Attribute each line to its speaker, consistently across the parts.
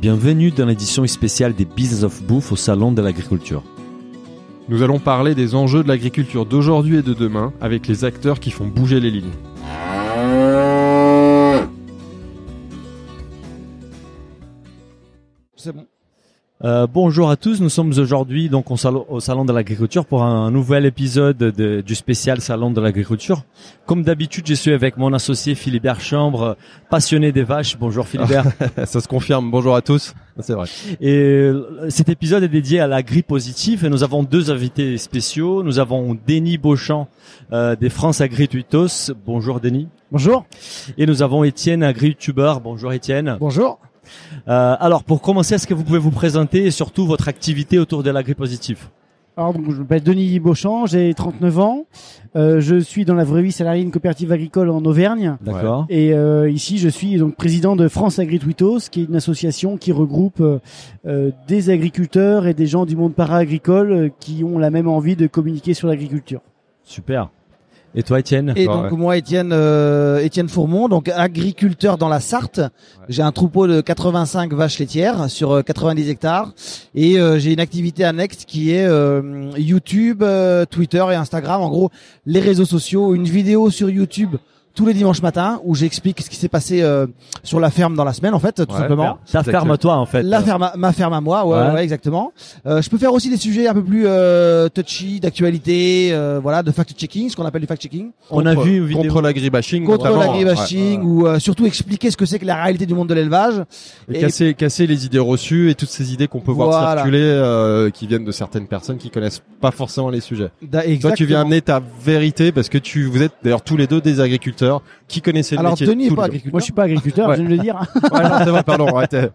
Speaker 1: Bienvenue dans l'édition spéciale des Business of Bouffe au Salon de l'Agriculture.
Speaker 2: Nous allons parler des enjeux de l'agriculture d'aujourd'hui et de demain avec les acteurs qui font bouger les lignes.
Speaker 3: C'est bon.
Speaker 1: Euh, bonjour à tous, nous sommes aujourd'hui donc au salon, au salon de l'agriculture pour un, nouvel épisode de- du spécial Salon de l'agriculture. Comme d'habitude, je suis avec mon associé Philibert Chambre, passionné des vaches. Bonjour Philibert.
Speaker 2: Eh, Ça se confirme. Bonjour à tous. C'est vrai.
Speaker 1: Et euh, cet épisode est dédié à la grippe positive et nous avons deux invités spéciaux. Nous avons Denis Beauchamp euh, des France Agrituitos. Bonjour Denis.
Speaker 3: Bonjour.
Speaker 1: Et nous avons Étienne AgriTuber. Bonjour Étienne.
Speaker 3: Bonjour.
Speaker 1: Euh, alors pour commencer, est-ce que vous pouvez vous présenter et surtout votre activité autour de l'agripositif
Speaker 3: Alors, donc, je m'appelle Denis Beauchamp, j'ai 39 ans. Euh, je suis dans la vraie vie salarié d'une coopérative agricole en Auvergne.
Speaker 1: D'accord.
Speaker 3: Et euh, ici, je suis donc président de France Agritwitos, qui est une association qui regroupe euh, euh, des agriculteurs et des gens du monde para-agricole euh, qui ont la même envie de communiquer sur l'agriculture.
Speaker 1: Super. Et toi Étienne
Speaker 4: Et
Speaker 2: D'accord,
Speaker 4: donc
Speaker 2: ouais.
Speaker 4: moi, Étienne, euh, Étienne Fourmont, donc agriculteur dans la Sarthe. J'ai un troupeau de 85 vaches laitières sur euh, 90 hectares et euh, j'ai une activité annexe qui est euh, YouTube, euh, Twitter et Instagram. En gros, les réseaux sociaux. Une vidéo sur YouTube tous les dimanches matins où j'explique ce qui s'est passé euh, sur la ferme dans la semaine, en fait, tout
Speaker 2: Ouais.
Speaker 4: simplement.
Speaker 1: Ta ferme à toi en fait.
Speaker 4: La ferme, à- ma ferme à moi, ouais,
Speaker 1: Ouais.
Speaker 4: ouais, exactement. Euh, je peux faire aussi des sujets un peu plus euh, touchy, d'actualité, euh, voilà, de fact-checking, ce qu'on appelle du fact-checking
Speaker 1: On a
Speaker 2: Contre-
Speaker 1: vu une vidéo.
Speaker 2: Contre l'agribashing.
Speaker 4: contre
Speaker 2: notamment.
Speaker 4: l'agribashing ou euh, surtout expliquer ce que c'est que la réalité du monde de l'élevage.
Speaker 2: Ouais. Et casser, casser les idées reçues et toutes ces idées qu'on peut voir
Speaker 4: Voilà.
Speaker 2: circuler euh, qui viennent de certaines personnes qui connaissent pas forcément les sujets.
Speaker 4: Da-
Speaker 2: Toi, tu viens
Speaker 4: bah, exactement.
Speaker 2: amener ta vérité parce que tu vous êtes d'ailleurs tous les deux des agriculteurs qui connaissaient le
Speaker 4: Alors
Speaker 2: métier.
Speaker 4: Denis
Speaker 2: tous
Speaker 4: est pas
Speaker 2: les deux.
Speaker 4: agriculteur.
Speaker 3: Moi, je suis pas agriculteur,
Speaker 2: Ouais.
Speaker 3: je viens de le dire.
Speaker 2: Ouais, non, c'est vrai, pardon. ouais, t'es-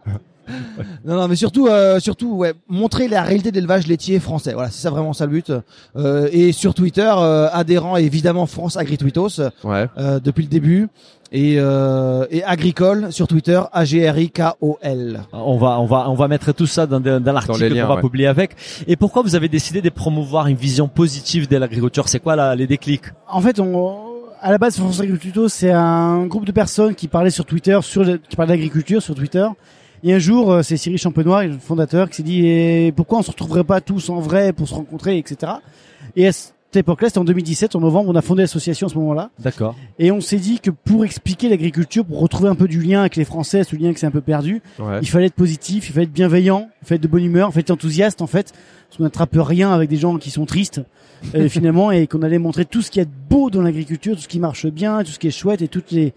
Speaker 4: Non, non, mais surtout, euh, surtout, ouais, montrer la réalité de l'élevage laitier français. Voilà, c'est ça vraiment ça le but. Euh, et sur Twitter, euh, adhérent évidemment France AgriTwitos
Speaker 2: ouais.
Speaker 4: euh, depuis le début et, euh, et agricole sur Twitter A G R I K O L.
Speaker 1: On va, on va, on va mettre tout ça dans, de- dans
Speaker 2: les
Speaker 1: l'article
Speaker 2: liens,
Speaker 1: qu'on va
Speaker 2: ouais.
Speaker 1: publier avec. Et pourquoi vous avez décidé de promouvoir une vision positive de l'agriculture C'est quoi là, les déclics
Speaker 3: En fait, on, à la base, France Agricultuto, c'est un groupe de personnes qui parlaient sur Twitter, sur le- qui parlaient d'agriculture sur Twitter. Et un jour, euh, c'est Cyril Champenois, le fondateur, qui s'est dit eh, pourquoi on se retrouverait pas tous en vrai pour se rencontrer, etc. Et à cette époque-là, c'était en 2017, en novembre, on a fondé l'association à ce moment-là.
Speaker 1: D'accord.
Speaker 3: Et on s'est dit que pour expliquer l'agriculture, pour retrouver un peu du lien avec les Français, ce lien qui s'est un peu perdu,
Speaker 2: Ouais.
Speaker 3: il fallait être positif, il fallait être bienveillant, il fallait être de bonne humeur, il fallait être enthousiaste en fait, parce qu'on n'attrape rien avec des gens qui sont tristes euh, finalement et qu'on allait montrer tout ce qui est beau dans l'agriculture, tout ce qui marche bien, tout ce qui est chouette et toutes les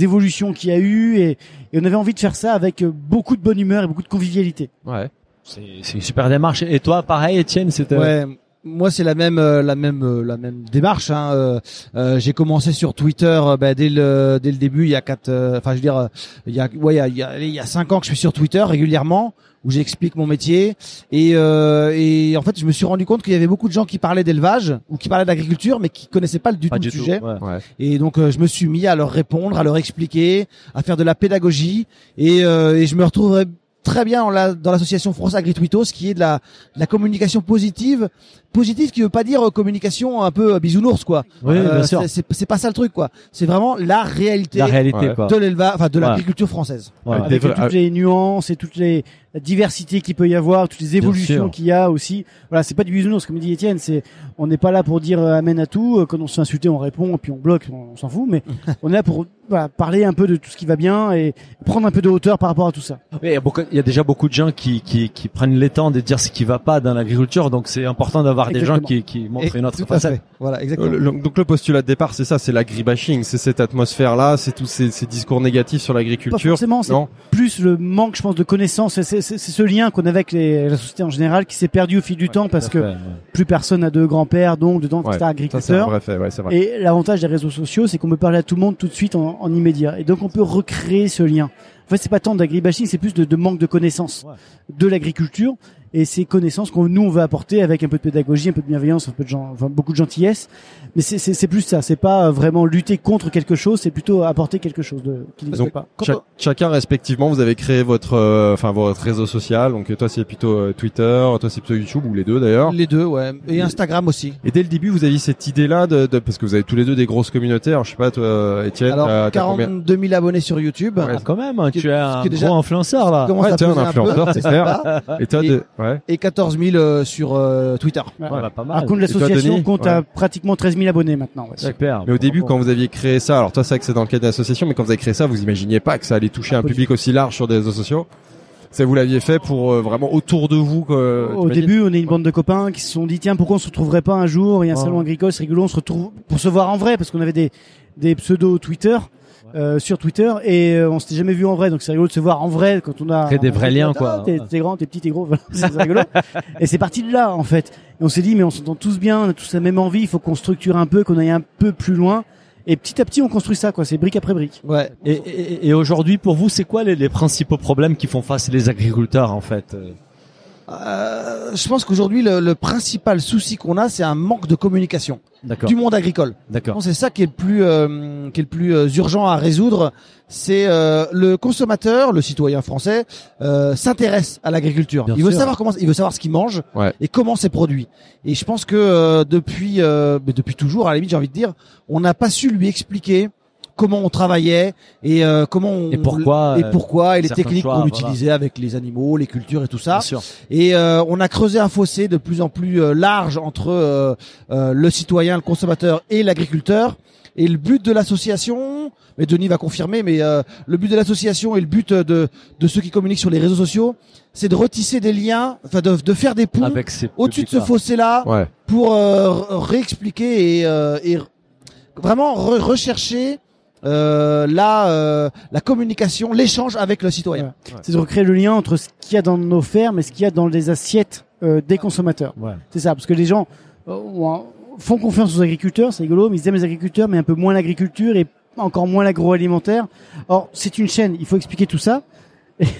Speaker 3: évolutions qu'il y a eu et, et on avait envie de faire ça avec euh, beaucoup de bonne humeur et beaucoup de convivialité.
Speaker 2: Ouais.
Speaker 1: C'est c'est une super démarche. Et toi, pareil, Étienne, euh, c'était.
Speaker 4: Ouais, moi c'est la même euh, la même euh, la même démarche. Hein. euh, euh, j'ai commencé sur Twitter euh, bah, dès le dès le début. Il y a quatre, euh, enfin je veux dire, euh, il y a ouais il y a, il y a- allez, il y a cinq ans que je suis sur Twitter régulièrement où j'explique mon métier et euh, et en fait je me suis rendu compte qu'il y avait beaucoup de gens qui parlaient d'élevage ou qui parlaient d'agriculture mais qui connaissaient pas du
Speaker 1: Pas
Speaker 4: tout
Speaker 1: du
Speaker 4: le sujet.
Speaker 1: tout. ouais.
Speaker 4: Et donc euh, je me suis mis à leur répondre, à leur expliquer, à faire de la pédagogie et, euh, et je me retrouverai très bien dans la- dans l'association France Agritwitos qui est de la, de la communication positive, positive qui veut pas dire euh, communication un peu euh, bisounours quoi.
Speaker 1: Oui,
Speaker 4: Euh,
Speaker 1: bien sûr.
Speaker 4: c'est- c'est c'est pas ça le truc quoi. C'est vraiment la réalité
Speaker 1: La réalité,
Speaker 2: Ouais.
Speaker 1: quoi.
Speaker 4: de l'élevage, enfin de
Speaker 1: Ouais.
Speaker 4: l'agriculture française.
Speaker 1: Ouais.
Speaker 2: Avec
Speaker 3: avec
Speaker 2: des vrais-
Speaker 3: toutes les nuances et toutes les la diversité qu'il peut y avoir, toutes les évolutions
Speaker 1: sûr.
Speaker 3: qu'il y a aussi. Voilà, c'est pas du bisounours comme dit Étienne, c'est on n'est pas là pour dire euh, amen à tout, Euh, quand on se fait insulter, on répond puis on bloque, on, on s'en fout mais on est là pour voilà, parler un peu de tout ce qui va bien et prendre un peu de hauteur par rapport à tout ça.
Speaker 1: Oui, il y a beaucoup- il y a déjà beaucoup de gens qui, qui, qui prennent les temps de dire ce qui va pas dans l'agriculture, donc c'est important d'avoir des gens
Speaker 3: Exactement.
Speaker 1: qui, qui montrent
Speaker 4: Et-
Speaker 1: une autre
Speaker 4: tout à
Speaker 1: facette.
Speaker 4: fait. Voilà, exactement.
Speaker 2: Euh, le- le- donc le postulat de départ, c'est ça, c'est l'agribashing, c'est cette atmosphère-là, c'est tous ces, ces discours négatifs sur
Speaker 3: Pas
Speaker 2: l'agriculture.
Speaker 3: forcément, c'est
Speaker 2: Non,
Speaker 3: plus le manque je pense de connaissances, c'est c'est- c'est ce lien qu'on a avec les, la société en général qui s'est perdu au fil du temps parce que
Speaker 1: Ouais, ouais.
Speaker 3: plus personne n'a de grands-pères donc de tantes,
Speaker 2: Ouais,
Speaker 3: etc.,
Speaker 2: ça c'est un
Speaker 3: agriculteurs.
Speaker 2: vrai fait, ouais, c'est vrai.
Speaker 3: Et l'avantage des réseaux sociaux, c'est qu'on peut parler à tout le monde tout de suite en, en immédiat. Et donc, on peut recréer ce lien. En fait, c'est pas tant d'agribashing, c'est plus de, de manque de connaissance
Speaker 1: Ouais.
Speaker 3: de l'agriculture. et ces connaissances qu'on nous on veut apporter avec un peu de pédagogie, un peu de bienveillance, un peu de gen- enfin, beaucoup de gentillesse. Mais c'est- c'est c'est plus ça. C'est pas euh, vraiment lutter contre quelque chose, c'est plutôt apporter quelque chose de qui n'existe
Speaker 2: Donc,
Speaker 3: pas.
Speaker 2: Cha- chacun respectivement, vous avez créé votre, euh, enfin votre réseau social. Donc toi c'est plutôt euh, Twitter, toi c'est plutôt YouTube ou les deux d'ailleurs.
Speaker 4: Les deux, ouais. Et
Speaker 1: Euh,
Speaker 4: Instagram aussi.
Speaker 2: Et dès le début, vous aviez cette idée-là de, de- parce que vous avez tous les deux des grosses communautés. Alors je sais pas toi, euh, Étienne,
Speaker 4: Alors,
Speaker 2: t'as- t'as combien
Speaker 4: 42 000 abonnés sur YouTube.
Speaker 2: Ouais,
Speaker 1: Ah, quand même, hein,
Speaker 4: bah, Ce qui-
Speaker 1: tu es
Speaker 4: ce
Speaker 1: un
Speaker 4: qui est
Speaker 1: gros
Speaker 4: déjà-
Speaker 1: influenceur là.
Speaker 4: Comment
Speaker 2: Ouais,
Speaker 4: ça
Speaker 2: t'es un
Speaker 4: pesait un peu,
Speaker 2: influenceur, c'est
Speaker 4: ça
Speaker 2: clair.
Speaker 4: va.
Speaker 2: Et toi,
Speaker 4: Et-
Speaker 2: de- ouais.
Speaker 4: Et 14 000 euh, sur euh, Twitter.
Speaker 1: Ouais, bah, pas mal.
Speaker 2: Et
Speaker 3: Par contre,
Speaker 2: toi,
Speaker 3: l'association
Speaker 2: Denis
Speaker 3: compte à pratiquement 13 000 abonnés maintenant. ouais.
Speaker 1: Super.
Speaker 2: Mais au début,
Speaker 1: Bon,
Speaker 2: quand vous aviez créé ça, alors toi, c'est vrai que c'est dans le cadre d'une association, mais quand vous avez créé ça, vous imaginiez pas que ça allait toucher un
Speaker 3: pas du
Speaker 2: public aussi large sur des réseaux sociaux. Ça, vous l'aviez fait pour euh, vraiment autour de vous. que-
Speaker 3: Au
Speaker 2: t'imagines
Speaker 3: début, on est une bande de copains qui se sont dit tiens pourquoi on se retrouverait pas un jour et un
Speaker 1: Ouais.
Speaker 3: salon agricole c'est rigolo on se retrouve pour se voir en vrai parce qu'on avait des des pseudos Twitter euh, sur Twitter et euh, on s'était jamais vu en vrai donc c'est rigolo de se voir en vrai quand on a
Speaker 1: Créer des
Speaker 3: on a-
Speaker 1: vrais liens, quoi.
Speaker 3: Ah, t'es t'es grand t'es petit t'es gros voilà, c'est c'est rigolo et c'est parti de là en fait et on s'est dit mais on s'entend tous bien on a tous la même envie il faut qu'on structure un peu qu'on aille un peu plus loin et petit à petit on construit ça quoi c'est brique après brique
Speaker 4: Ouais.
Speaker 1: Et, et- et aujourd'hui, pour vous, c'est quoi les, les principaux problèmes qui font face les agriculteurs en fait euh
Speaker 4: Euh, je pense qu'aujourd'hui, le, le principal souci qu'on a, c'est un manque de communication
Speaker 1: D'accord.
Speaker 4: du monde agricole. Je
Speaker 1: D'accord.
Speaker 4: pense que c'est ça qui est le plus, euh, qui est le plus euh, urgent à résoudre. C'est euh, le consommateur, le citoyen français, euh, s'intéresse à l'agriculture.
Speaker 1: Bien
Speaker 4: Il veut
Speaker 1: sûr.
Speaker 4: savoir comment, il veut savoir ce qu'il mange
Speaker 2: Ouais.
Speaker 4: et comment c'est produit. Et je pense que euh, depuis, euh, mais depuis toujours, à la limite, j'ai envie de dire, on n'a pas su lui expliquer comment on travaillait et euh, comment on,
Speaker 1: Et pourquoi
Speaker 4: et
Speaker 1: euh,
Speaker 4: pourquoi et les
Speaker 1: certains
Speaker 4: techniques
Speaker 1: choix,
Speaker 4: qu'on
Speaker 1: voilà.
Speaker 4: utilisait avec les animaux, les cultures et tout ça.
Speaker 1: Bien sûr.
Speaker 4: Et euh, on a creusé un fossé de plus en plus euh, large entre euh, euh, le citoyen, le consommateur et l'agriculteur. Et le but de l'association, mais Denis va confirmer, mais euh, le but de l'association et le but de, de ceux qui communiquent sur les réseaux sociaux, c'est de retisser des liens, enfin de, de faire des ponts
Speaker 1: Avec ces
Speaker 4: au-dessus de ce
Speaker 1: publics-là.
Speaker 4: fossé-là
Speaker 2: Ouais.
Speaker 4: pour euh, r- réexpliquer et, euh, et r- vraiment re- rechercher euh, la, euh, la communication, l'échange avec le citoyen.
Speaker 3: c'est de recréer le lien entre ce qu'il y a dans nos fermes et ce qu'il y a dans les assiettes euh, des consommateurs
Speaker 1: Ouais.
Speaker 3: C'est ça, parce que les gens euh, ont un- font confiance aux agriculteurs, c'est rigolo, mais ils aiment les agriculteurs, mais un peu moins l'agriculture et encore moins l'agroalimentaire. Or, c'est une chaîne, il faut expliquer tout ça.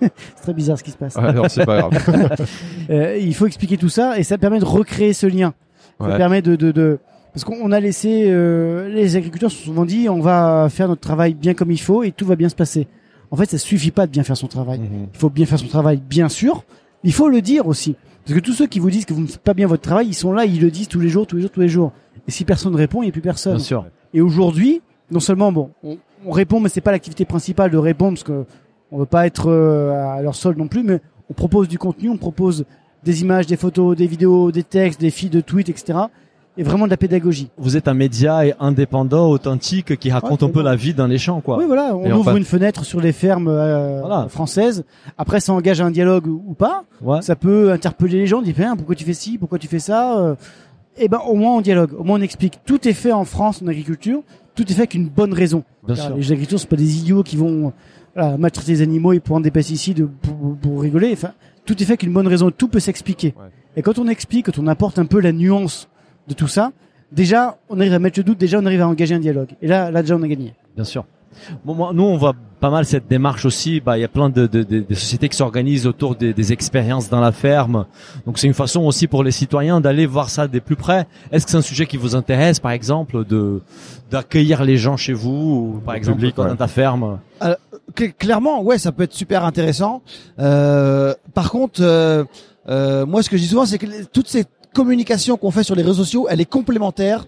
Speaker 3: c'est très bizarre ce qui se passe.
Speaker 2: Ouais, non, c'est pas grave.
Speaker 3: Euh, il faut expliquer tout ça et ça permet de recréer ce lien. Ça
Speaker 2: Ouais.
Speaker 3: permet de, de, de- parce qu'on on a laissé euh, les agriculteurs se sont souvent dit on va faire notre travail bien comme il faut et tout va bien se passer. En fait, ça suffit pas de bien faire son travail.
Speaker 2: Mhm.
Speaker 3: Il faut bien faire son travail, bien sûr. Il faut le dire aussi. Parce que tous ceux qui vous disent que vous ne faites pas bien votre travail, ils sont là, ils le disent tous les jours, tous les jours, tous les jours. Et si personne ne répond, il n'y a plus personne.
Speaker 1: Bien sûr.
Speaker 3: Et aujourd'hui, non seulement bon, on, on répond, mais c'est pas l'activité principale de répondre parce que on veut pas être euh, à leur solde non plus, mais on propose du contenu, on propose des images, des photos, des vidéos, des textes, des feeds de tweets, etc. Et vraiment de la pédagogie.
Speaker 1: Vous êtes un média et indépendant, authentique, qui raconte
Speaker 3: Ouais,
Speaker 1: un peu
Speaker 3: bon.
Speaker 1: la vie dans les champs, quoi.
Speaker 3: Oui, voilà, on
Speaker 1: Et
Speaker 3: ouvre
Speaker 1: enfin-
Speaker 3: une fenêtre sur les fermes euh,
Speaker 1: Voilà.
Speaker 3: françaises. Après, ça engage un dialogue ou ou pas.
Speaker 1: Ouais.
Speaker 3: Ça peut interpeller les gens, dire Hein, pourquoi tu fais ci, pourquoi tu fais ça. euh, Eh ben au moins on dialogue, au moins on explique. Tout est fait en France en agriculture, tout est fait avec une bonne raison.
Speaker 1: Bien
Speaker 3: Car
Speaker 1: sûr.
Speaker 3: Les agriculteurs sont pas des idiots qui vont euh, voilà, maltraiter les animaux et prendre des pesticides pour, pour rigoler. Enfin, tout est fait avec une bonne raison, tout peut s'expliquer.
Speaker 2: Ouais.
Speaker 3: Et quand on explique, quand on apporte un peu la nuance de tout ça, déjà on arrive à mettre le doute, déjà on arrive à engager un dialogue. Et là, là déjà on a gagné.
Speaker 1: Bien sûr. Bon, moi, nous, on voit pas mal cette démarche aussi. Bah, il y a plein de, de- de- de sociétés qui s'organisent autour des, des expériences dans la ferme. Donc, c'est une façon aussi pour les citoyens d'aller voir ça des plus près. Est-ce que c'est un sujet qui vous intéresse, par exemple, de d'accueillir les gens chez vous, ou, par
Speaker 2: Le
Speaker 1: exemple,
Speaker 2: public,
Speaker 1: toi,
Speaker 2: ouais.
Speaker 1: dans ta ferme
Speaker 4: Cl- clairement, ouais, ça peut être super intéressant. Euh, par contre, euh, euh, moi, ce que je dis souvent, c'est que les- toutes ces communications qu'on fait sur les réseaux sociaux, elle est complémentaire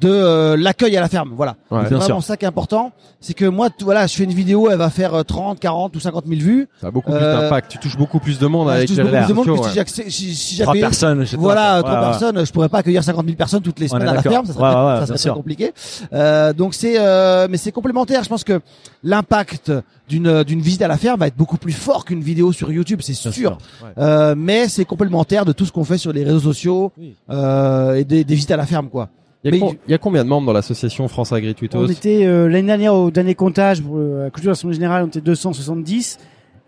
Speaker 4: de euh, l'accueil à la ferme. Voilà.
Speaker 2: Ouais.
Speaker 4: C'est
Speaker 1: Bien
Speaker 4: vraiment
Speaker 1: sûr.
Speaker 4: ça qui est important. C'est que moi, tout- voilà, je fais une vidéo, elle va faire euh, 30, 40 ou 50 000 vues.
Speaker 2: Ça a beaucoup plus
Speaker 4: Euh,
Speaker 2: d'impact. Tu touches beaucoup plus de monde
Speaker 4: Je
Speaker 2: avec
Speaker 4: touche
Speaker 2: les
Speaker 4: beaucoup plus de
Speaker 2: réseaux
Speaker 4: monde
Speaker 2: sociaux,
Speaker 4: que si
Speaker 2: ouais.
Speaker 4: j'accé- si- si
Speaker 1: Trois
Speaker 4: j'avais
Speaker 1: personnes chez toi,
Speaker 4: voilà,
Speaker 1: quoi.
Speaker 4: trois
Speaker 1: Ouais, ouais.
Speaker 4: personnes, je pourrais pas accueillir 50 000 personnes toutes les
Speaker 1: On est
Speaker 4: semaines à la
Speaker 1: d'accord.
Speaker 4: ferme, ça serait,
Speaker 1: Ouais,
Speaker 4: très-
Speaker 1: ouais,
Speaker 4: ça
Speaker 1: bien
Speaker 4: serait très
Speaker 1: sûr.
Speaker 4: compliqué. Euh, donc c'est, euh, mais c'est complémentaire. Je pense que l'impact d'une d'une visite à la ferme va être beaucoup plus fort qu'une vidéo sur YouTube, c'est sûr.
Speaker 1: Bien sûr.
Speaker 4: Euh, mais c'est complémentaire de tout ce qu'on fait sur les réseaux sociaux
Speaker 1: Oui.
Speaker 4: euh, et des, des visites à la ferme, quoi.
Speaker 2: Il y, a
Speaker 4: Mais
Speaker 2: com- il y a combien de membres dans l'association France Agri
Speaker 3: On
Speaker 2: Twitos
Speaker 3: était euh, l'année dernière au dernier comptage pour euh, la culture de l'Assemblée générale, on était 270.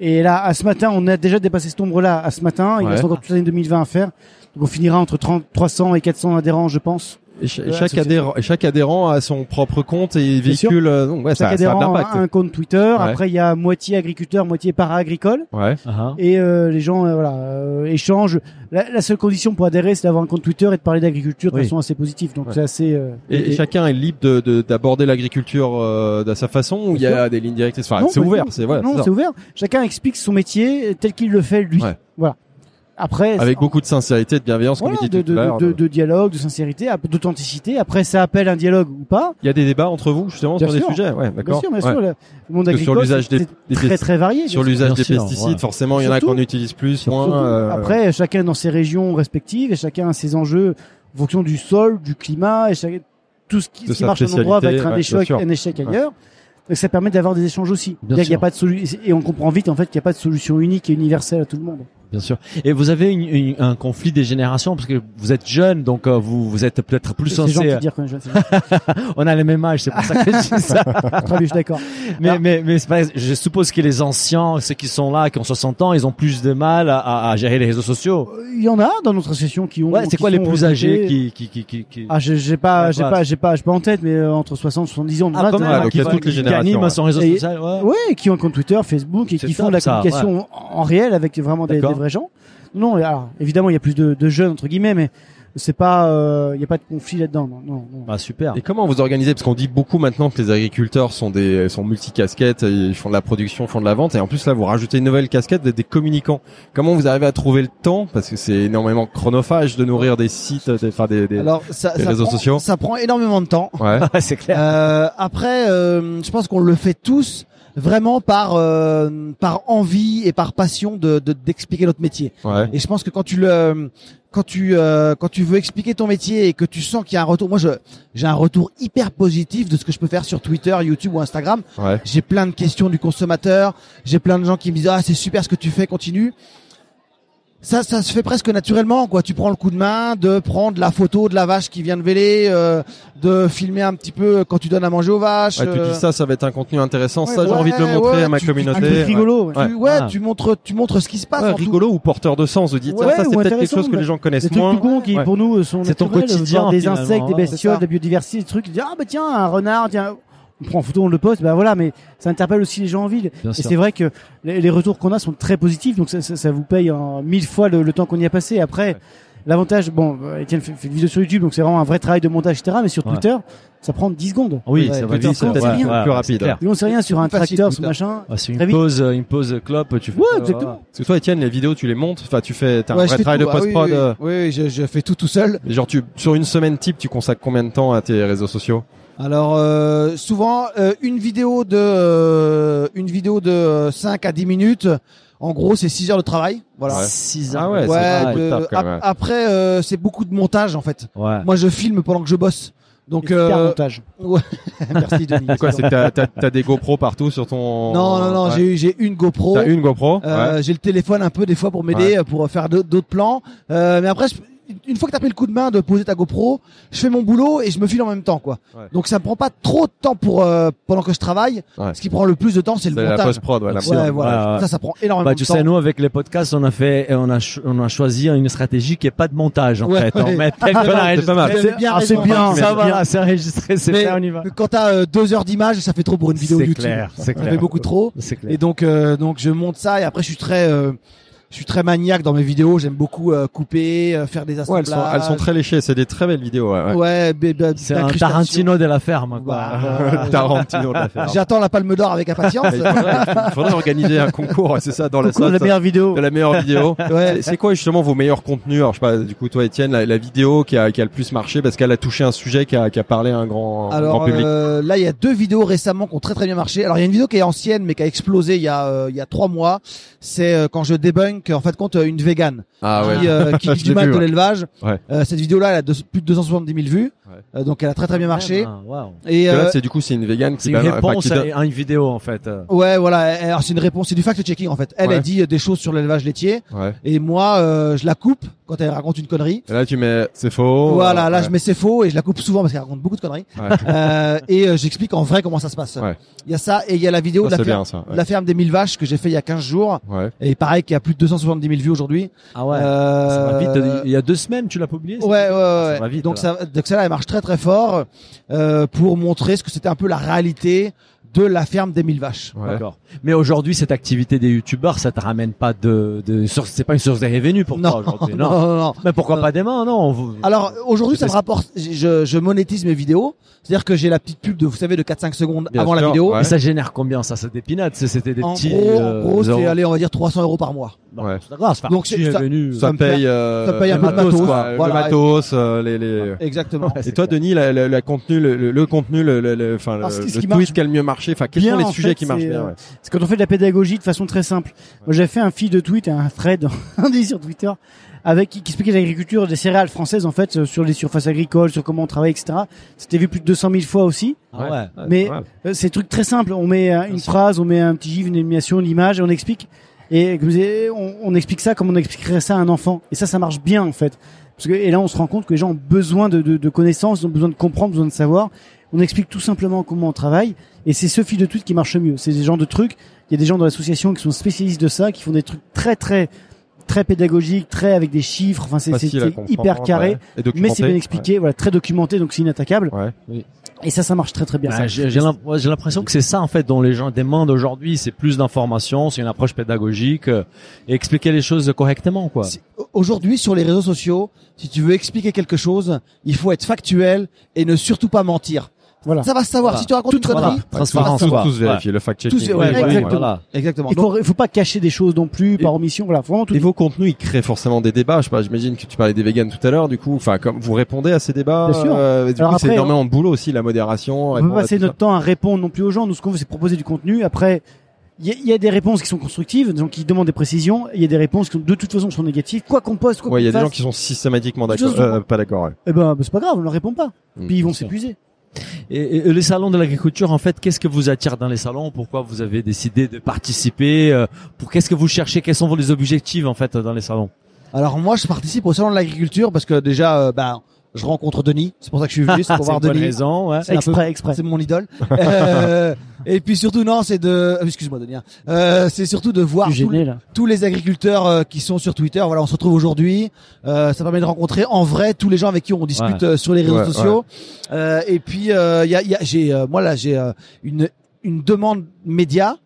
Speaker 3: Et là, à ce matin, on a déjà dépassé cet nombre-là. À ce matin, il
Speaker 2: Ouais.
Speaker 3: reste encore toute l'année 2020 à faire. Donc on finira entre 30, 300 et 400 adhérents, je pense.
Speaker 2: Et cha-
Speaker 3: Ouais,
Speaker 2: chaque,
Speaker 3: société.
Speaker 2: adhérent, chaque adhérent a son propre compte et il
Speaker 3: Bien sûr.
Speaker 2: véhicule. euh, donc, ouais,
Speaker 3: Chaque
Speaker 2: ça, ça a de
Speaker 3: adhérent
Speaker 2: l'impact.
Speaker 3: a un compte Twitter. Après, il y a moitié agriculteur, moitié para-agricole.
Speaker 2: Ouais.
Speaker 1: Ah, ah.
Speaker 3: Et euh, les gens, euh, voilà, euh, échangent. La, la seule condition pour adhérer, c'est d'avoir un compte Twitter et de parler d'agriculture de
Speaker 2: Oui.
Speaker 3: façon assez positive. Donc
Speaker 2: Ouais.
Speaker 3: c'est assez. euh,
Speaker 2: Et, et chacun est libre de- de- d'aborder l'agriculture euh, de sa façon ou il y a des lignes directrices. Enfin,
Speaker 3: Non,
Speaker 2: c'est
Speaker 3: pas du
Speaker 2: ouvert,
Speaker 3: tout.
Speaker 2: c'est voilà. c'est
Speaker 3: non,
Speaker 2: ça.
Speaker 3: c'est ouvert. Chacun explique son métier tel qu'il le fait lui.
Speaker 2: Ouais.
Speaker 3: Voilà. Après,
Speaker 2: Avec
Speaker 3: c'est-
Speaker 2: beaucoup de sincérité, de bienveillance,
Speaker 3: voilà,
Speaker 2: comme il
Speaker 3: de,
Speaker 2: dit
Speaker 3: de,
Speaker 2: tout à l'heure.
Speaker 3: de- de dialogue, de sincérité, ap- d'authenticité. Après, ça appelle un dialogue ou pas.
Speaker 2: Il y a des débats entre vous justement
Speaker 3: Bien
Speaker 2: sur
Speaker 3: sûr.
Speaker 2: des sujets. Ouais,
Speaker 3: Bien
Speaker 2: d'accord.
Speaker 3: sûr, bien
Speaker 2: Ouais.
Speaker 3: sûr. Le le monde
Speaker 2: Parce que sur
Speaker 3: agricole,
Speaker 2: l'usage
Speaker 3: c'est
Speaker 2: des,
Speaker 3: c'est
Speaker 2: des
Speaker 3: très très
Speaker 2: sur
Speaker 3: varié. bien sûr.
Speaker 2: l'usage
Speaker 1: Bien
Speaker 2: des
Speaker 1: sûr,
Speaker 2: pesticides,
Speaker 1: ouais.
Speaker 2: forcément, il y en a
Speaker 3: Surtout-
Speaker 2: qu'on utilise plus, moins.
Speaker 3: Surtout,
Speaker 2: euh,
Speaker 3: Après, chacun dans ses régions respectives et chacun a ses enjeux en fonction du sol, du climat et chaque- tout ce qui,
Speaker 2: De
Speaker 3: ce qui
Speaker 2: sa
Speaker 3: marche à un endroit va
Speaker 2: spécialité,
Speaker 3: être un
Speaker 2: ouais,
Speaker 3: échec,
Speaker 2: bien sûr.
Speaker 3: un échec ailleurs. Donc ça permet d'avoir des échanges aussi.
Speaker 1: Bien
Speaker 3: C'est-à-dire qu'il y a
Speaker 1: sûr.
Speaker 3: pas de solu- et on comprend vite en fait qu'il n'y a pas de solution unique et universelle à tout le monde.
Speaker 1: Bien sûr. Et vous avez une- une- un conflit des générations parce que vous êtes jeune, donc euh, vous vous êtes peut-être plus
Speaker 3: C'est gentil
Speaker 1: censé. euh,
Speaker 3: de dire qu'on est jeune, c'est gentil.
Speaker 1: on a le même âge, c'est pour ça que je dis ça.
Speaker 3: Très bien, je suis d'accord.
Speaker 1: Mais,
Speaker 3: Alors-
Speaker 1: mais, mais c'est pas- je suppose que les anciens, ceux qui sont là, qui ont 60 ans, ils ont plus de mal à- à, à gérer les réseaux sociaux.
Speaker 3: Euh, Il y en a dans notre association qui ont.
Speaker 1: Ouais, c'est
Speaker 3: qui
Speaker 1: quoi les
Speaker 3: sont
Speaker 1: plus
Speaker 3: retraités.
Speaker 1: âgés qui, qui, qui, qui, qui-
Speaker 3: Ah, j'ai j'ai pas,
Speaker 1: Ouais,
Speaker 3: j'ai
Speaker 1: voilà.
Speaker 3: pas, j'ai pas, j'ai pas en tête, mais euh, entre 60 et 70 ans.
Speaker 1: Ah,
Speaker 3: maintenant,
Speaker 1: quand même,
Speaker 2: ouais,
Speaker 1: hein,
Speaker 2: donc
Speaker 1: qui
Speaker 2: il y a
Speaker 1: va-
Speaker 2: toutes les
Speaker 1: qui
Speaker 2: générations,
Speaker 1: animent
Speaker 2: ouais.
Speaker 1: son réseau
Speaker 3: Et-
Speaker 1: social. hein. ouais.
Speaker 3: Ouais, qui ont un compte Twitter, Facebook et
Speaker 1: C'est
Speaker 3: qui font
Speaker 1: top,
Speaker 3: de la
Speaker 1: ça,
Speaker 3: communication en en réel avec vraiment des,
Speaker 1: D'accord.
Speaker 3: des vrais gens. Non, alors évidemment il y a plus de, de jeunes entre guillemets, mais c'est pas, euh, il y a pas de conflit là-dedans. Non, non, non.
Speaker 1: Bah, super.
Speaker 2: Et comment vous organisez Parce qu'on dit beaucoup maintenant que les agriculteurs sont des sont multicasquettes, et ils font de la production, font de la vente, et en plus là vous rajoutez une nouvelle casquette des, des communicants. Comment vous arrivez à trouver le temps Parce que c'est énormément chronophage de nourrir des sites, des, enfin des, des...
Speaker 4: Alors, ça,
Speaker 2: les
Speaker 4: ça
Speaker 2: réseaux
Speaker 4: prend-
Speaker 2: sociaux.
Speaker 4: ça prend énormément de temps.
Speaker 2: ouais.
Speaker 1: c'est clair.
Speaker 4: Euh, après, euh, je pense qu'on le fait tous vraiment par euh, par envie et par passion de de- d'expliquer notre métier.
Speaker 2: ouais.
Speaker 4: Et je pense que quand tu le quand tu euh, quand tu veux expliquer ton métier et que tu sens qu'il y a un retour, moi je j'ai un retour hyper positif de ce que je peux faire sur Twitter, YouTube ou Instagram.
Speaker 2: Ouais.
Speaker 4: J'ai plein de questions du consommateur, j'ai plein de gens qui me disent ah c'est super ce que tu fais, continue. Ça, ça se fait presque naturellement, quoi. Tu prends le coup de main, de prendre la photo de la vache qui vient de véler, euh, de filmer un petit peu quand tu donnes à manger aux vaches.
Speaker 2: Ouais, tu
Speaker 4: euh,
Speaker 2: dis ça, ça va être un contenu intéressant.
Speaker 4: ouais,
Speaker 2: ça, j'ai envie de le
Speaker 4: ouais,
Speaker 2: montrer
Speaker 4: ouais,
Speaker 2: à ma
Speaker 4: tu- tu-
Speaker 2: communauté.
Speaker 3: Un truc
Speaker 2: Ouais.
Speaker 3: rigolo. ouais.
Speaker 4: tu, ouais,
Speaker 1: Ah.
Speaker 4: tu montres, tu montres ce qui se passe.
Speaker 2: Ouais,
Speaker 4: en tout.
Speaker 2: rigolo ou porteur de sens. Vous dites
Speaker 3: Ouais,
Speaker 2: ça, ça c'est
Speaker 3: ou
Speaker 2: peut-être quelque
Speaker 3: intéressant,
Speaker 2: chose que
Speaker 3: mais-
Speaker 2: les gens
Speaker 3: Des
Speaker 2: connaissent
Speaker 3: trucs
Speaker 2: moins.
Speaker 3: tout cons qui
Speaker 2: Ouais.
Speaker 3: pour nous euh, sont
Speaker 1: C'est ton
Speaker 3: naturels, euh,
Speaker 1: quotidien,
Speaker 3: voir des
Speaker 1: finalement,
Speaker 3: insectes, des
Speaker 1: hein.
Speaker 4: C'est
Speaker 3: bestioles,
Speaker 4: ça.
Speaker 3: de la biodiversité, des trucs. ils disent, Ah bah tiens un renard, tiens. On prend en photo, on le poste, bah voilà, mais ça interpelle aussi les gens en ville.
Speaker 1: Bien
Speaker 3: Et
Speaker 1: sûr.
Speaker 3: c'est vrai que les, les retours qu'on a sont très positifs, donc ça, ça, ça vous paye en mille fois le, le temps qu'on y a passé. Après,
Speaker 2: Ouais.
Speaker 3: l'avantage, bon, euh, Étienne fait, fait une vidéo sur YouTube, donc c'est vraiment un vrai travail de montage, etc. Mais sur
Speaker 1: Ouais.
Speaker 3: Twitter, ça prend 10 secondes.
Speaker 1: Oui,
Speaker 4: Ouais,
Speaker 1: ça va
Speaker 4: Twitter,
Speaker 1: vite.
Speaker 4: c'est
Speaker 1: ouais,
Speaker 4: rien.
Speaker 1: ouais,
Speaker 2: Plus
Speaker 1: ouais,
Speaker 2: rapide.
Speaker 1: c'est clair.
Speaker 3: Et on sait rien sur un
Speaker 4: Facile,
Speaker 3: tracteur, sur
Speaker 4: Twitter.
Speaker 3: machin.
Speaker 1: Ouais, c'est
Speaker 3: Très
Speaker 1: une
Speaker 3: vite.
Speaker 1: pause, euh, une pause clope, tu fais
Speaker 3: Ouais,
Speaker 1: ça,
Speaker 3: exactement.
Speaker 2: Parce que toi, Étienne, les vidéos, tu les montes. Enfin, tu fais t'as un
Speaker 4: Ouais, je
Speaker 2: vrai
Speaker 4: fais
Speaker 2: travail
Speaker 4: tout.
Speaker 2: de euh.
Speaker 4: Ah oui,
Speaker 2: post prod.
Speaker 4: oui, oui. Oui, oui, je, je fais tout tout seul.
Speaker 2: Genre, tu sur une semaine type, tu consacres combien de temps à tes réseaux sociaux
Speaker 4: Alors euh, souvent euh, une vidéo de euh, une vidéo de 5 à 10 minutes. En gros, c'est 6 heures de travail. Voilà.
Speaker 2: Ouais.
Speaker 1: 6
Speaker 2: Ah
Speaker 1: ans.
Speaker 2: ouais, c'est pas
Speaker 4: de-
Speaker 2: écoutable, quand
Speaker 4: ap-
Speaker 2: même, ouais.
Speaker 4: après euh, c'est beaucoup de montage en fait.
Speaker 1: Ouais.
Speaker 4: Moi je filme pendant que je bosse. Donc
Speaker 3: Super
Speaker 4: euh,
Speaker 3: montage.
Speaker 4: ouais. merci Denis.
Speaker 2: Quoi, c'est que t'as, t'as, t'as des GoPro partout sur ton.
Speaker 4: Non non non,
Speaker 2: Ouais.
Speaker 4: j'ai eu- j'ai une GoPro.
Speaker 2: T'as une GoPro.
Speaker 4: Euh,
Speaker 2: ouais.
Speaker 4: J'ai le téléphone un peu des fois pour m'aider euh, pour faire d'autres d'autres plans. Euh, mais après, je- une fois que t'as pris le coup de main de poser ta GoPro, je fais mon boulot et je me file en même temps, quoi.
Speaker 2: Ouais.
Speaker 4: Donc ça me prend pas trop de temps pour euh, pendant que je travaille.
Speaker 2: Ouais.
Speaker 4: Ce qui prend le plus de temps, c'est le
Speaker 2: C'est la
Speaker 4: montage.
Speaker 2: post prod. Ouais, la
Speaker 1: Ouais,
Speaker 4: Ouais,
Speaker 1: Ouais,
Speaker 4: voilà.
Speaker 1: ouais.
Speaker 4: Ça, ça prend énormément
Speaker 1: Bah,
Speaker 4: de
Speaker 1: tu
Speaker 4: temps.
Speaker 1: sais, nous, avec les podcasts, on a fait, on a, cho- on a choisi une stratégie qui est pas de montage, en
Speaker 4: Ouais,
Speaker 1: fait. On
Speaker 4: ouais. Ah,
Speaker 1: met tel qu'on
Speaker 2: C'est
Speaker 1: a
Speaker 2: pas mal.
Speaker 1: enregistré.
Speaker 4: C'est bien
Speaker 3: Ah, c'est
Speaker 4: raison.
Speaker 3: bien.
Speaker 1: Ça
Speaker 3: c'est bien.
Speaker 1: va, c'est enregistré, c'est
Speaker 4: Mais-
Speaker 1: fait, on y va.
Speaker 4: Quand t'as euh, deux heures d'image, ça fait trop pour une vidéo
Speaker 1: C'est
Speaker 4: YouTube.
Speaker 1: clair, c'est
Speaker 4: Ça fait
Speaker 1: clair.
Speaker 4: beaucoup trop.
Speaker 1: C'est clair.
Speaker 4: Et donc, euh, donc je monte ça et après je suis très, euh, je suis très maniaque dans mes vidéos. J'aime beaucoup euh, couper, euh, faire des
Speaker 2: Ouais,
Speaker 4: assemblages.
Speaker 2: elles, sont, elles sont très léchées. C'est des très belles vidéos. Ouais, ouais.
Speaker 4: Ouais, bé- bé-
Speaker 1: C'est un
Speaker 4: d'incrustation.
Speaker 1: Tarantino de la ferme, quoi. Ah,
Speaker 4: Bah, voilà.
Speaker 2: Tarantino de l'affaire.
Speaker 4: J'attends la Palme d'Or avec impatience.
Speaker 2: Il faudrait, il faudrait organiser un concours, c'est ça, dans la
Speaker 3: Concours de
Speaker 2: sauce
Speaker 3: la meilleure vidéo.
Speaker 2: de la meilleure vidéo.
Speaker 4: ouais.
Speaker 2: C'est- C'est quoi justement vos meilleurs contenus Alors je sais pas, du coup toi Étienne, la, la vidéo qui a, qui a le plus marché parce qu'elle a touché un sujet qui a, qui a parlé à un grand, un grand
Speaker 4: Alors
Speaker 2: public.
Speaker 4: euh, là, il y a deux vidéos récemment qui ont très très bien marché. Alors il y a une vidéo qui est ancienne mais qui a explosé il y a euh, il y a trois mois. C'est euh, quand je débunk en fait compte euh, une végane
Speaker 2: ah ouais.
Speaker 4: qui, euh, qui
Speaker 2: Je
Speaker 4: dit du
Speaker 2: l'ai
Speaker 4: mal
Speaker 2: vu,
Speaker 4: de
Speaker 2: ouais.
Speaker 4: l'élevage.
Speaker 2: Ouais.
Speaker 4: Euh, cette vidéo là, elle a deux- plus de 270 000 vues,
Speaker 2: Ouais.
Speaker 4: Euh, donc elle a très très bien marché.
Speaker 1: Ah, waouh.
Speaker 4: Et
Speaker 2: Parce que
Speaker 4: euh,
Speaker 2: là, c'est du coup c'est une végane
Speaker 1: C'est
Speaker 2: qui,
Speaker 1: une
Speaker 2: balance- enfin,
Speaker 1: réponse
Speaker 2: bah, qui donne-
Speaker 1: à à une vidéo, en fait.
Speaker 4: ouais, voilà. elle- Alors c'est une réponse, c'est du fact-checking en fait. Elle
Speaker 2: Ouais.
Speaker 4: a dit euh, des choses sur l'élevage laitier
Speaker 2: Ouais.
Speaker 4: et moi euh, je la coupe quand elle raconte une connerie.
Speaker 2: Et là tu mets c'est faux.
Speaker 4: voilà, là
Speaker 2: Oh, ouais.
Speaker 4: je mets c'est faux et je la coupe souvent parce qu'elle raconte beaucoup de conneries.
Speaker 2: Ouais.
Speaker 4: Euh, et euh, j'explique en vrai comment ça se passe. Il
Speaker 2: Ouais.
Speaker 4: y a ça et il y a la vidéo
Speaker 2: Ça,
Speaker 4: de la
Speaker 2: c'est
Speaker 4: ferme,
Speaker 2: bien ça.
Speaker 4: de
Speaker 2: Ouais.
Speaker 4: la ferme des 1000 vaches que j'ai fait il y a 15 jours
Speaker 2: Ouais.
Speaker 4: et pareil qui a plus de 270 000 vues aujourd'hui.
Speaker 1: Ah ouais.
Speaker 4: Euh,
Speaker 1: Ça va vite. Il y a deux semaines, tu l'as publié. ça
Speaker 4: Ouais, ouais, ouais.
Speaker 1: va vite,
Speaker 4: donc
Speaker 1: là.
Speaker 4: ça, donc ça, là, elle marche très très fort euh, pour montrer ce que c'était un peu la réalité de la ferme des mille vaches.
Speaker 2: Ouais.
Speaker 1: D'accord. Mais aujourd'hui, cette activité des youtubeurs, ça te ramène pas de, de source- c'est pas une source de revenus pour toi aujourd'hui, non.
Speaker 4: non, non, non.
Speaker 1: Mais pourquoi
Speaker 4: Non.
Speaker 1: pas demain, non on vous-
Speaker 4: Alors aujourd'hui, ça me
Speaker 1: C'est-
Speaker 4: rapporte. Je, je monétise mes vidéos, c'est-à-dire que j'ai la petite pub de, vous savez, de 4-5 secondes
Speaker 2: Bien
Speaker 4: avant la
Speaker 2: sûr,
Speaker 4: vidéo.
Speaker 2: ouais.
Speaker 1: Et ça génère combien ça C'est des peanuts, c'est- c'était des
Speaker 4: En
Speaker 1: petits.
Speaker 4: gros, en
Speaker 1: euh,
Speaker 4: gros, c'est
Speaker 1: euros.
Speaker 4: aller, on va dire 300 euros par mois.
Speaker 1: Bon,
Speaker 2: Ouais.
Speaker 1: c'est pas grave, c'est euh, pas
Speaker 4: Donc,
Speaker 1: un petit
Speaker 4: c'est- ça-
Speaker 1: revenu.
Speaker 2: Ça
Speaker 4: me
Speaker 2: paye, euh,
Speaker 4: ça me paye un
Speaker 2: le
Speaker 4: peu de matos,
Speaker 2: quoi. Le
Speaker 4: voilà.
Speaker 2: matos, euh, les, les...
Speaker 4: Exactement.
Speaker 1: Ouais,
Speaker 2: Et
Speaker 1: c'est
Speaker 2: toi,
Speaker 1: clair.
Speaker 2: Denis, la- la- la contenu, le, le- le contenu, le, le, le, enfin,
Speaker 3: Alors, ce
Speaker 2: le,
Speaker 3: qui- ce
Speaker 2: le
Speaker 3: qui marche
Speaker 2: tweet qui a le mieux marché. Enfin, quels
Speaker 3: bien,
Speaker 2: sont les
Speaker 3: en
Speaker 2: sujets
Speaker 3: fait,
Speaker 2: qui marchent
Speaker 3: c'est,
Speaker 2: bien
Speaker 3: euh,
Speaker 2: ouais.
Speaker 3: C'est quand on fait de la pédagogie de façon très simple. Moi, j'avais fait un fil de tweet, un thread, un des sur Twitter, avec qui qui expliquait l'agriculture des céréales françaises en fait euh, sur les surfaces agricoles, sur comment on travaille, etc. C'était vu plus de 200 000 fois aussi.
Speaker 1: Ah ouais.
Speaker 3: mais-
Speaker 2: c'est pas mal.
Speaker 3: Euh, c'est des trucs très simples. On met euh, une
Speaker 1: sûr.
Speaker 3: phrase, on met un petit gif, une animation, une image, et on explique. Et comme je disais, on, on explique ça comme on expliquerait ça à un enfant. Et ça, ça marche bien en fait. Parce que, et là, on se rend compte que les gens ont besoin de, de, de connaissances, ils ont besoin de comprendre, besoin de savoir. On explique tout simplement comment on travaille. Et c'est ce fil de tweet qui marche mieux. C'est des gens de trucs. Il y a des gens dans l'association qui sont spécialistes de ça, qui font des trucs très très très pédagogiques, très avec des chiffres. Enfin, c'est c'est-
Speaker 2: Facile à
Speaker 3: c'est
Speaker 2: comprendre,
Speaker 3: hyper carré,
Speaker 2: ouais. Et
Speaker 3: mais
Speaker 2: documenté.
Speaker 3: c'est bien expliqué. Voilà, très documenté, donc c'est inattaquable.
Speaker 2: Ouais.
Speaker 3: Et ça, ça marche très très bien.
Speaker 1: Bah,
Speaker 3: ça.
Speaker 1: j'ai j'ai l'im- ouais, j'ai l'impression que c'est ça en fait dont les gens demandent aujourd'hui, c'est plus d'informations, c'est une approche pédagogique euh, et expliquer les choses correctement quoi.
Speaker 4: Si- Aujourd'hui, sur les réseaux sociaux, si tu veux expliquer quelque chose, il faut être factuel et ne surtout pas mentir.
Speaker 3: Voilà.
Speaker 4: Ça va se savoir.
Speaker 1: Voilà.
Speaker 4: Si tu racontes
Speaker 1: Tout-
Speaker 4: une connerie,
Speaker 1: voilà.
Speaker 4: ça va
Speaker 1: Transparence,
Speaker 2: Tous,
Speaker 4: se savoir.
Speaker 1: quoi.
Speaker 2: tous vérifier le fact-checking.
Speaker 4: Tous- ouais,
Speaker 2: Oui, oui,
Speaker 3: exactement.
Speaker 2: voilà.
Speaker 1: Voilà.
Speaker 4: Exactement.
Speaker 3: Il
Speaker 4: Donc,
Speaker 3: faut, il faut pas cacher des choses non plus par omission. Voilà, faut vraiment tout.
Speaker 2: Et vos contenus, ils créent forcément des débats. Je sais pas, j'imagine que tu parlais des véganes tout à l'heure. Du coup, enfin, comme vous répondez à ces débats,
Speaker 3: Bien sûr.
Speaker 2: euh, et du
Speaker 3: Alors
Speaker 2: coup, c'est
Speaker 3: après,
Speaker 2: énormément de boulot aussi, la modération.
Speaker 3: on peut
Speaker 2: répondre
Speaker 3: pas
Speaker 2: à
Speaker 3: passer
Speaker 2: tout ça.
Speaker 3: notre temps à répondre non plus aux gens. Nous, ce qu'on veut, c'est proposer du contenu. Après, il y, a- il y a des réponses qui sont constructives, des gens qui demandent des précisions. Il y a des réponses qui, de toute façon, sont négatives. Quoi qu'on poste, quoi
Speaker 2: Ouais, il y
Speaker 3: qu'on
Speaker 2: a des gens
Speaker 3: fasse,
Speaker 2: qui sont systématiquement d'accord,
Speaker 3: Juste-
Speaker 2: euh, pas d'accord. ouais.
Speaker 3: eh ben, bah, c'est pas grave, on leur répond pas.
Speaker 2: Mm,
Speaker 3: Puis ils vont
Speaker 1: sûr.
Speaker 3: s'épuiser.
Speaker 1: Et, et les salons de l'agriculture, en fait, qu'est-ce que vous attire dans les salons Pourquoi vous avez décidé de participer euh, Pour qu'est-ce que vous cherchez Quels sont vos les objectifs en fait dans les salons
Speaker 4: Alors moi, je participe au salon de l'agriculture parce que déjà, euh, bah, je rencontre Denis. C'est pour ça que je suis venu, c'est pour voir
Speaker 1: une bonne
Speaker 4: Denis.
Speaker 1: raison. Ouais.
Speaker 4: C'est un peu-
Speaker 3: Exprès, exprès.
Speaker 4: C'est mon idole. Euh, et puis surtout, non, c'est de. Excuse-moi, Denis. hein. Euh, c'est surtout de voir
Speaker 3: Je suis
Speaker 4: tout le-
Speaker 3: gêné, là.
Speaker 4: tous les agriculteurs euh, qui sont sur Twitter. Voilà, on se retrouve aujourd'hui. Euh, ça permet de rencontrer en vrai tous les gens avec qui on discute euh, sur les réseaux
Speaker 2: Ouais,
Speaker 4: sociaux. Euh, et puis, euh, il y a, il y a- j'ai, euh, moi là, j'ai euh, une une demande média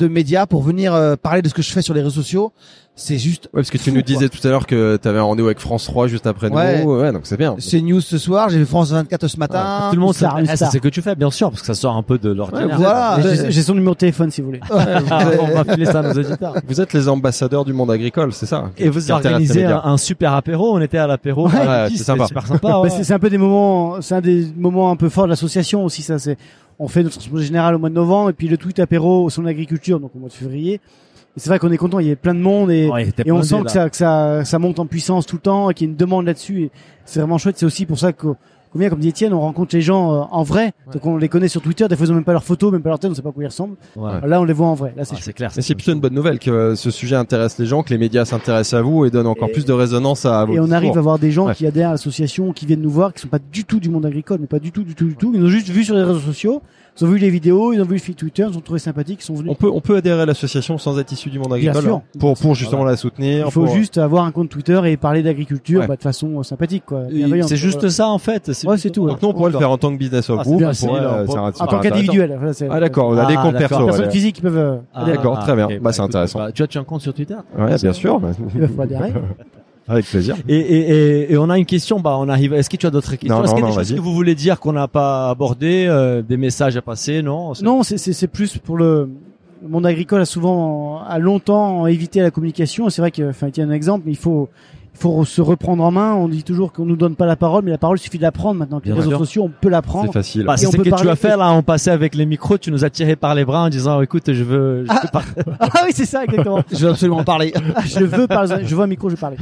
Speaker 4: de médias pour venir euh, parler de ce que je fais sur les réseaux sociaux. C'est juste.
Speaker 2: Ouais, parce que tu
Speaker 4: Fou,
Speaker 2: nous disais tout à l'heure que t'avais un rendez-vous avec France 3 juste après
Speaker 4: Ouais.
Speaker 2: nous. Ouais, donc c'est bien.
Speaker 4: C'est news ce soir. J'ai fait France 24 ce matin.
Speaker 1: Tout le monde
Speaker 3: star, une
Speaker 1: s'intéresse à
Speaker 3: star.
Speaker 1: ce que tu fais, bien sûr, parce que ça sort un peu de l'ordinaire.
Speaker 4: voilà.
Speaker 3: J'ai- J'ai son numéro de téléphone, si vous voulez.
Speaker 1: on va filer ça à nos auditeurs.
Speaker 2: Vous êtes les ambassadeurs du monde agricole, c'est ça
Speaker 1: Et vous
Speaker 2: Cartel
Speaker 1: organisez un,
Speaker 2: Intermédiaire.
Speaker 1: un super apéro. On était à l'apéro.
Speaker 2: Ouais,
Speaker 1: Ah,
Speaker 2: ouais,
Speaker 1: qui,
Speaker 2: c'est sympa.
Speaker 1: super sympa. ouais.
Speaker 3: Bah, c'est c'est un peu des moments, c'est un des moments un peu forts de l'association aussi. Ça, c'est on fait notre assemblée générale au mois de novembre et puis le tweet apéro au son de l'agriculture donc au mois de février. Et c'est vrai qu'on est content. Il y a plein de monde et,
Speaker 1: Ouais, t'es
Speaker 3: et on
Speaker 1: blindé,
Speaker 3: sent
Speaker 1: là.
Speaker 3: que ça, que ça, ça monte en puissance tout le temps et qu'il y a une demande là-dessus. Et c'est vraiment chouette. C'est aussi pour ça que combien comme dit Étienne, on rencontre les gens euh, en vrai. Donc on les connaît sur Twitter. Des fois ils ont même pas leur photo, même pas leur tête, on sait pas à quoi ils ressemblent.
Speaker 1: Ouais. Ah,
Speaker 3: Là on les voit en vrai. Là c'est chouette.
Speaker 1: c'est clair.
Speaker 2: Mais c'est plutôt une bonne nouvelle que euh, ce sujet intéresse les gens, que les médias s'intéressent à vous et donnent encore
Speaker 3: Et-
Speaker 2: plus de résonance à vous.
Speaker 3: Et on arrive à voir des gens
Speaker 2: Ouais.
Speaker 3: qui adhèrent à l'association, qui viennent nous voir, qui sont pas du tout du monde agricole, mais pas du tout, du tout, du tout. Ils nous ont juste vu sur les réseaux sociaux, ils ont vu les vidéos, ils ont vu le feed Twitter, ils ont trouvé sympathique, ils sont venus.
Speaker 2: On peut on peut adhérer à l'association sans être issu du monde
Speaker 3: Bien
Speaker 2: agricole
Speaker 3: sûr.
Speaker 2: hein, pour pour justement la soutenir.
Speaker 3: Il faut
Speaker 2: pour- euh,
Speaker 3: juste avoir un compte Twitter et parler d'agriculture
Speaker 2: Ouais.
Speaker 3: bah, de façon euh, sympathique, quoi.
Speaker 1: Et
Speaker 3: bienveillante.
Speaker 1: C'est juste
Speaker 3: Voilà.
Speaker 1: ça en fait.
Speaker 3: Ouais, c'est tout, hein. ouais.
Speaker 2: Donc nous on pourrait le faire en tant que business of
Speaker 1: Ah, c'est
Speaker 2: group,
Speaker 3: bien,
Speaker 2: on
Speaker 1: c'est
Speaker 2: pourrait,
Speaker 1: là, on
Speaker 2: euh,
Speaker 1: peut-
Speaker 2: c'est un- c'est
Speaker 3: En
Speaker 2: un-
Speaker 3: tant qu'individuel. voilà, c'est-
Speaker 2: Ah d'accord, on a
Speaker 1: Ah,
Speaker 2: des comptes perso.
Speaker 1: d'accord.
Speaker 3: Personnes
Speaker 2: ouais.
Speaker 3: physiques qui peuvent. euh,
Speaker 1: Ah,
Speaker 3: adhérer.
Speaker 2: D'accord, très bien.
Speaker 1: ok.
Speaker 2: Bah, c'est
Speaker 1: écoute,
Speaker 2: intéressant.
Speaker 1: bah, tu as tu as un compte sur Twitter
Speaker 2: Ouais, bien sûr, bah,
Speaker 3: Ils peuvent pas adhérer.
Speaker 2: avec plaisir.
Speaker 1: Et, et, et, et on a une question, bah on arrive. Est-ce que tu as d'autres questions
Speaker 2: Non,
Speaker 1: Est-ce qu'il y a
Speaker 2: non,
Speaker 1: des
Speaker 2: non,
Speaker 1: choses
Speaker 2: vas-y.
Speaker 1: que vous voulez dire qu'on n'a pas abordé, euh, des messages à passer Non. c'est-
Speaker 3: Non, c'est- c'est c'est plus pour le. Le monde agricole a souvent, a longtemps évité la communication. C'est vrai que, enfin, il y a un exemple, mais il faut, il faut se reprendre en main. On dit toujours qu'on nous donne pas la parole, mais la parole suffit de la prendre maintenant. que Les
Speaker 1: Bien
Speaker 3: réseaux
Speaker 1: sûr.
Speaker 3: sociaux, on peut la
Speaker 2: C'est
Speaker 3: prendre.
Speaker 2: facile.
Speaker 1: Bah,
Speaker 3: Et
Speaker 1: c'est
Speaker 3: on
Speaker 1: ce
Speaker 3: peut
Speaker 1: que tu
Speaker 3: parler-
Speaker 1: as fait là. On passait avec les micros, tu nous as tiré par les bras en disant "Écoute, je veux." Je veux parler.
Speaker 3: Ah oui, c'est ça, exactement.
Speaker 4: Je veux absolument en parler.
Speaker 3: je veux parler, je vois un micro, je vais parler.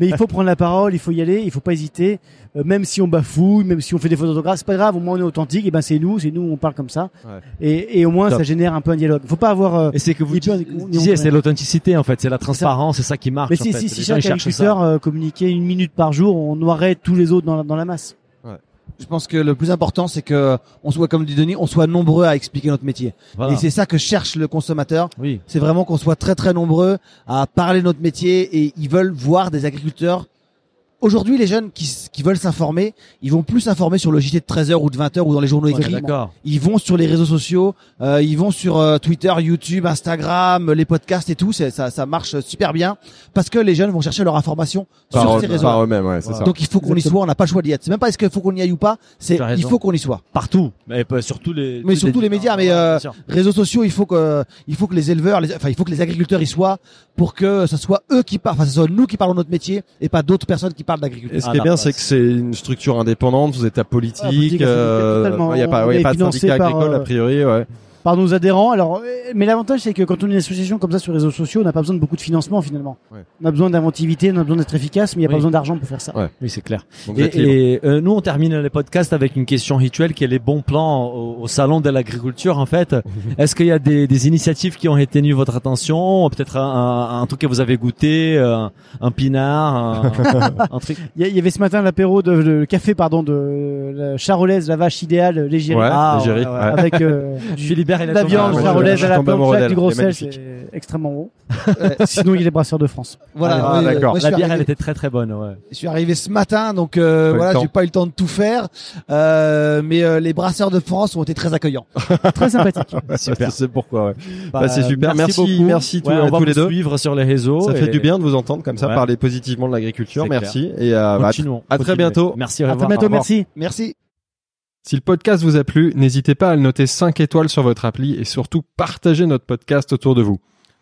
Speaker 3: Mais il faut prendre la parole, il faut y aller, il faut pas hésiter. Euh, même si on bafouille, même si on fait des fautes d'orthographe, c'est pas grave. Au moins on est authentique. Et ben c'est nous, c'est nous, on parle comme ça.
Speaker 2: Ouais.
Speaker 3: Et, et au moins
Speaker 1: Top.
Speaker 3: ça génère un peu un dialogue. Faut pas avoir. euh,
Speaker 1: Et c'est que vous
Speaker 3: Et puis, on est- on est-
Speaker 1: disiez, c'est l'authenticité en fait, c'est la transparence, c'est ça qui marche.
Speaker 3: Mais
Speaker 1: en
Speaker 3: si,
Speaker 1: fait.
Speaker 3: si,
Speaker 1: Les
Speaker 3: si
Speaker 1: gens, ils
Speaker 3: chaque
Speaker 1: cherchent ça.
Speaker 3: agriculteur euh, communiquait une minute par jour, on noierait tous les autres dans la, dans la masse.
Speaker 4: Je pense que le plus important, c'est que on soit, comme dit Denis, on soit nombreux à expliquer notre métier.
Speaker 1: Voilà.
Speaker 4: Et c'est ça que cherche le consommateur.
Speaker 1: Oui.
Speaker 4: C'est vraiment qu'on soit très très nombreux à parler notre métier et ils veulent voir des agriculteurs. Aujourd'hui, les jeunes qui, s- qui veulent s'informer, ils vont plus s'informer sur le JT de 13h ou de 20h ou dans les journaux
Speaker 1: Ouais,
Speaker 4: écrits.
Speaker 1: D'accord.
Speaker 4: ils vont sur les réseaux sociaux, euh, ils vont sur euh, Twitter, YouTube, Instagram, les podcasts et tout. C'est- Ça, ça marche super bien parce que les jeunes vont chercher leur information
Speaker 2: par,
Speaker 4: sur
Speaker 2: eux-
Speaker 4: ces réseaux.
Speaker 2: par eux-mêmes, ouais, c'est
Speaker 1: Voilà.
Speaker 2: ça.
Speaker 4: Donc il faut qu'on y
Speaker 3: Exactement.
Speaker 4: soit. On n'a pas le choix d'y être. C'est même pas est-ce qu'il faut qu'on y aille ou pas. C'est
Speaker 1: Tu as raison.
Speaker 4: il faut qu'on y soit.
Speaker 1: Partout. Mais pas sur tous les.
Speaker 4: Mais sur tous les médias, mais,
Speaker 1: Ouais,
Speaker 4: euh,
Speaker 1: bien sûr.
Speaker 4: réseaux sociaux, il faut que il faut que les éleveurs, les, enfin il faut que les agriculteurs y soient pour que ce soit eux qui parlent, enfin ce soit nous qui parlons de notre métier et pas d'autres personnes qui parlent
Speaker 2: Et
Speaker 4: d'agriculture.
Speaker 2: ce qui est
Speaker 1: Ah,
Speaker 2: bien,
Speaker 1: la
Speaker 2: c'est
Speaker 1: place.
Speaker 2: que c'est une structure indépendante, vous êtes à politique,
Speaker 3: Ah, politique,
Speaker 2: euh,
Speaker 3: syndicale, totalement.
Speaker 2: il n'y a pas,
Speaker 3: On
Speaker 2: ouais, il y a
Speaker 3: est
Speaker 2: pas de
Speaker 3: financé
Speaker 2: syndicat
Speaker 3: par,
Speaker 2: agricole,
Speaker 3: euh,
Speaker 2: a priori, ouais.
Speaker 3: par nos adhérents. Alors, euh, mais l'avantage, c'est que quand on est une association comme ça sur les réseaux sociaux, on n'a pas besoin de beaucoup de financement finalement.
Speaker 2: Ouais.
Speaker 3: On a besoin d'inventivité, on a besoin d'être efficace, mais il n'y a
Speaker 1: Oui.
Speaker 3: pas besoin d'argent pour faire ça.
Speaker 2: Ouais.
Speaker 1: Oui, c'est clair.
Speaker 2: Donc vous êtes libre.
Speaker 1: Et, et, euh, nous, on termine les podcasts avec une question rituelle qui est les bons plans au, au salon de l'agriculture. En fait, est-ce qu'il y a des, des initiatives qui ont retenu votre attention Peut-être un, un, un truc que vous avez goûté, euh, un pinard, un, un truc.
Speaker 3: Il y a- il y avait ce matin l'apéro de le café, pardon, de la charolaise, la vache idéale, légère,
Speaker 2: Ouais,
Speaker 1: Ah,
Speaker 2: l'égérie,
Speaker 1: ouais,
Speaker 2: ouais.
Speaker 3: avec euh, du-
Speaker 1: Philibert et
Speaker 3: de la viande
Speaker 2: Ah, ouais,
Speaker 3: charolaise
Speaker 2: ouais,
Speaker 3: à
Speaker 2: je
Speaker 3: la
Speaker 2: tombe amoureux
Speaker 3: planche,
Speaker 2: d'elle,
Speaker 3: du gros
Speaker 2: elle est
Speaker 3: sel,
Speaker 2: magnifique.
Speaker 3: c'est extrêmement bon. Sinon, il est brasseur de France.
Speaker 4: Voilà.
Speaker 1: Ah,
Speaker 4: oui,
Speaker 2: d'accord.
Speaker 4: moi, je
Speaker 1: La
Speaker 4: suis
Speaker 1: bière,
Speaker 4: arrivé-
Speaker 1: elle était très très bonne. Ouais.
Speaker 4: Je suis arrivé ce matin, donc euh,
Speaker 2: le
Speaker 4: voilà,
Speaker 2: temps.
Speaker 4: j'ai pas eu le temps de tout faire, euh, mais euh, les brasseurs de France ont été très accueillants.
Speaker 3: Très sympathique.
Speaker 2: Super. C'est pourquoi, ouais.
Speaker 1: Bah,
Speaker 2: Bah, c'est super. Merci,
Speaker 1: beaucoup.
Speaker 2: merci tous-
Speaker 1: Ouais, on
Speaker 2: à
Speaker 1: va
Speaker 2: tous les
Speaker 1: vous
Speaker 2: deux.
Speaker 1: suivre sur les réseaux.
Speaker 2: Ça
Speaker 1: Oh, et
Speaker 2: fait du bien de vous entendre comme ça,
Speaker 1: Ouais.
Speaker 2: parler positivement de l'agriculture.
Speaker 1: C'est
Speaker 2: Merci. Et euh, bah, à
Speaker 1: Continuons.
Speaker 2: à
Speaker 1: continuez.
Speaker 2: très bientôt.
Speaker 1: Merci. au
Speaker 3: À très
Speaker 1: revoir.
Speaker 3: bientôt,
Speaker 2: au revoir.
Speaker 3: merci.
Speaker 4: Merci.
Speaker 2: Si le podcast vous a plu, n'hésitez pas à le noter 5 étoiles sur votre appli et surtout partagez notre podcast autour de vous.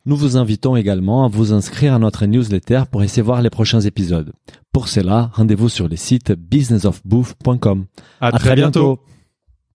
Speaker 1: Nous vous invitons également à vous inscrire à notre newsletter pour recevoir les prochains épisodes. Pour cela, rendez-vous sur le site businessofbooth.com.
Speaker 2: À, très, bientôt.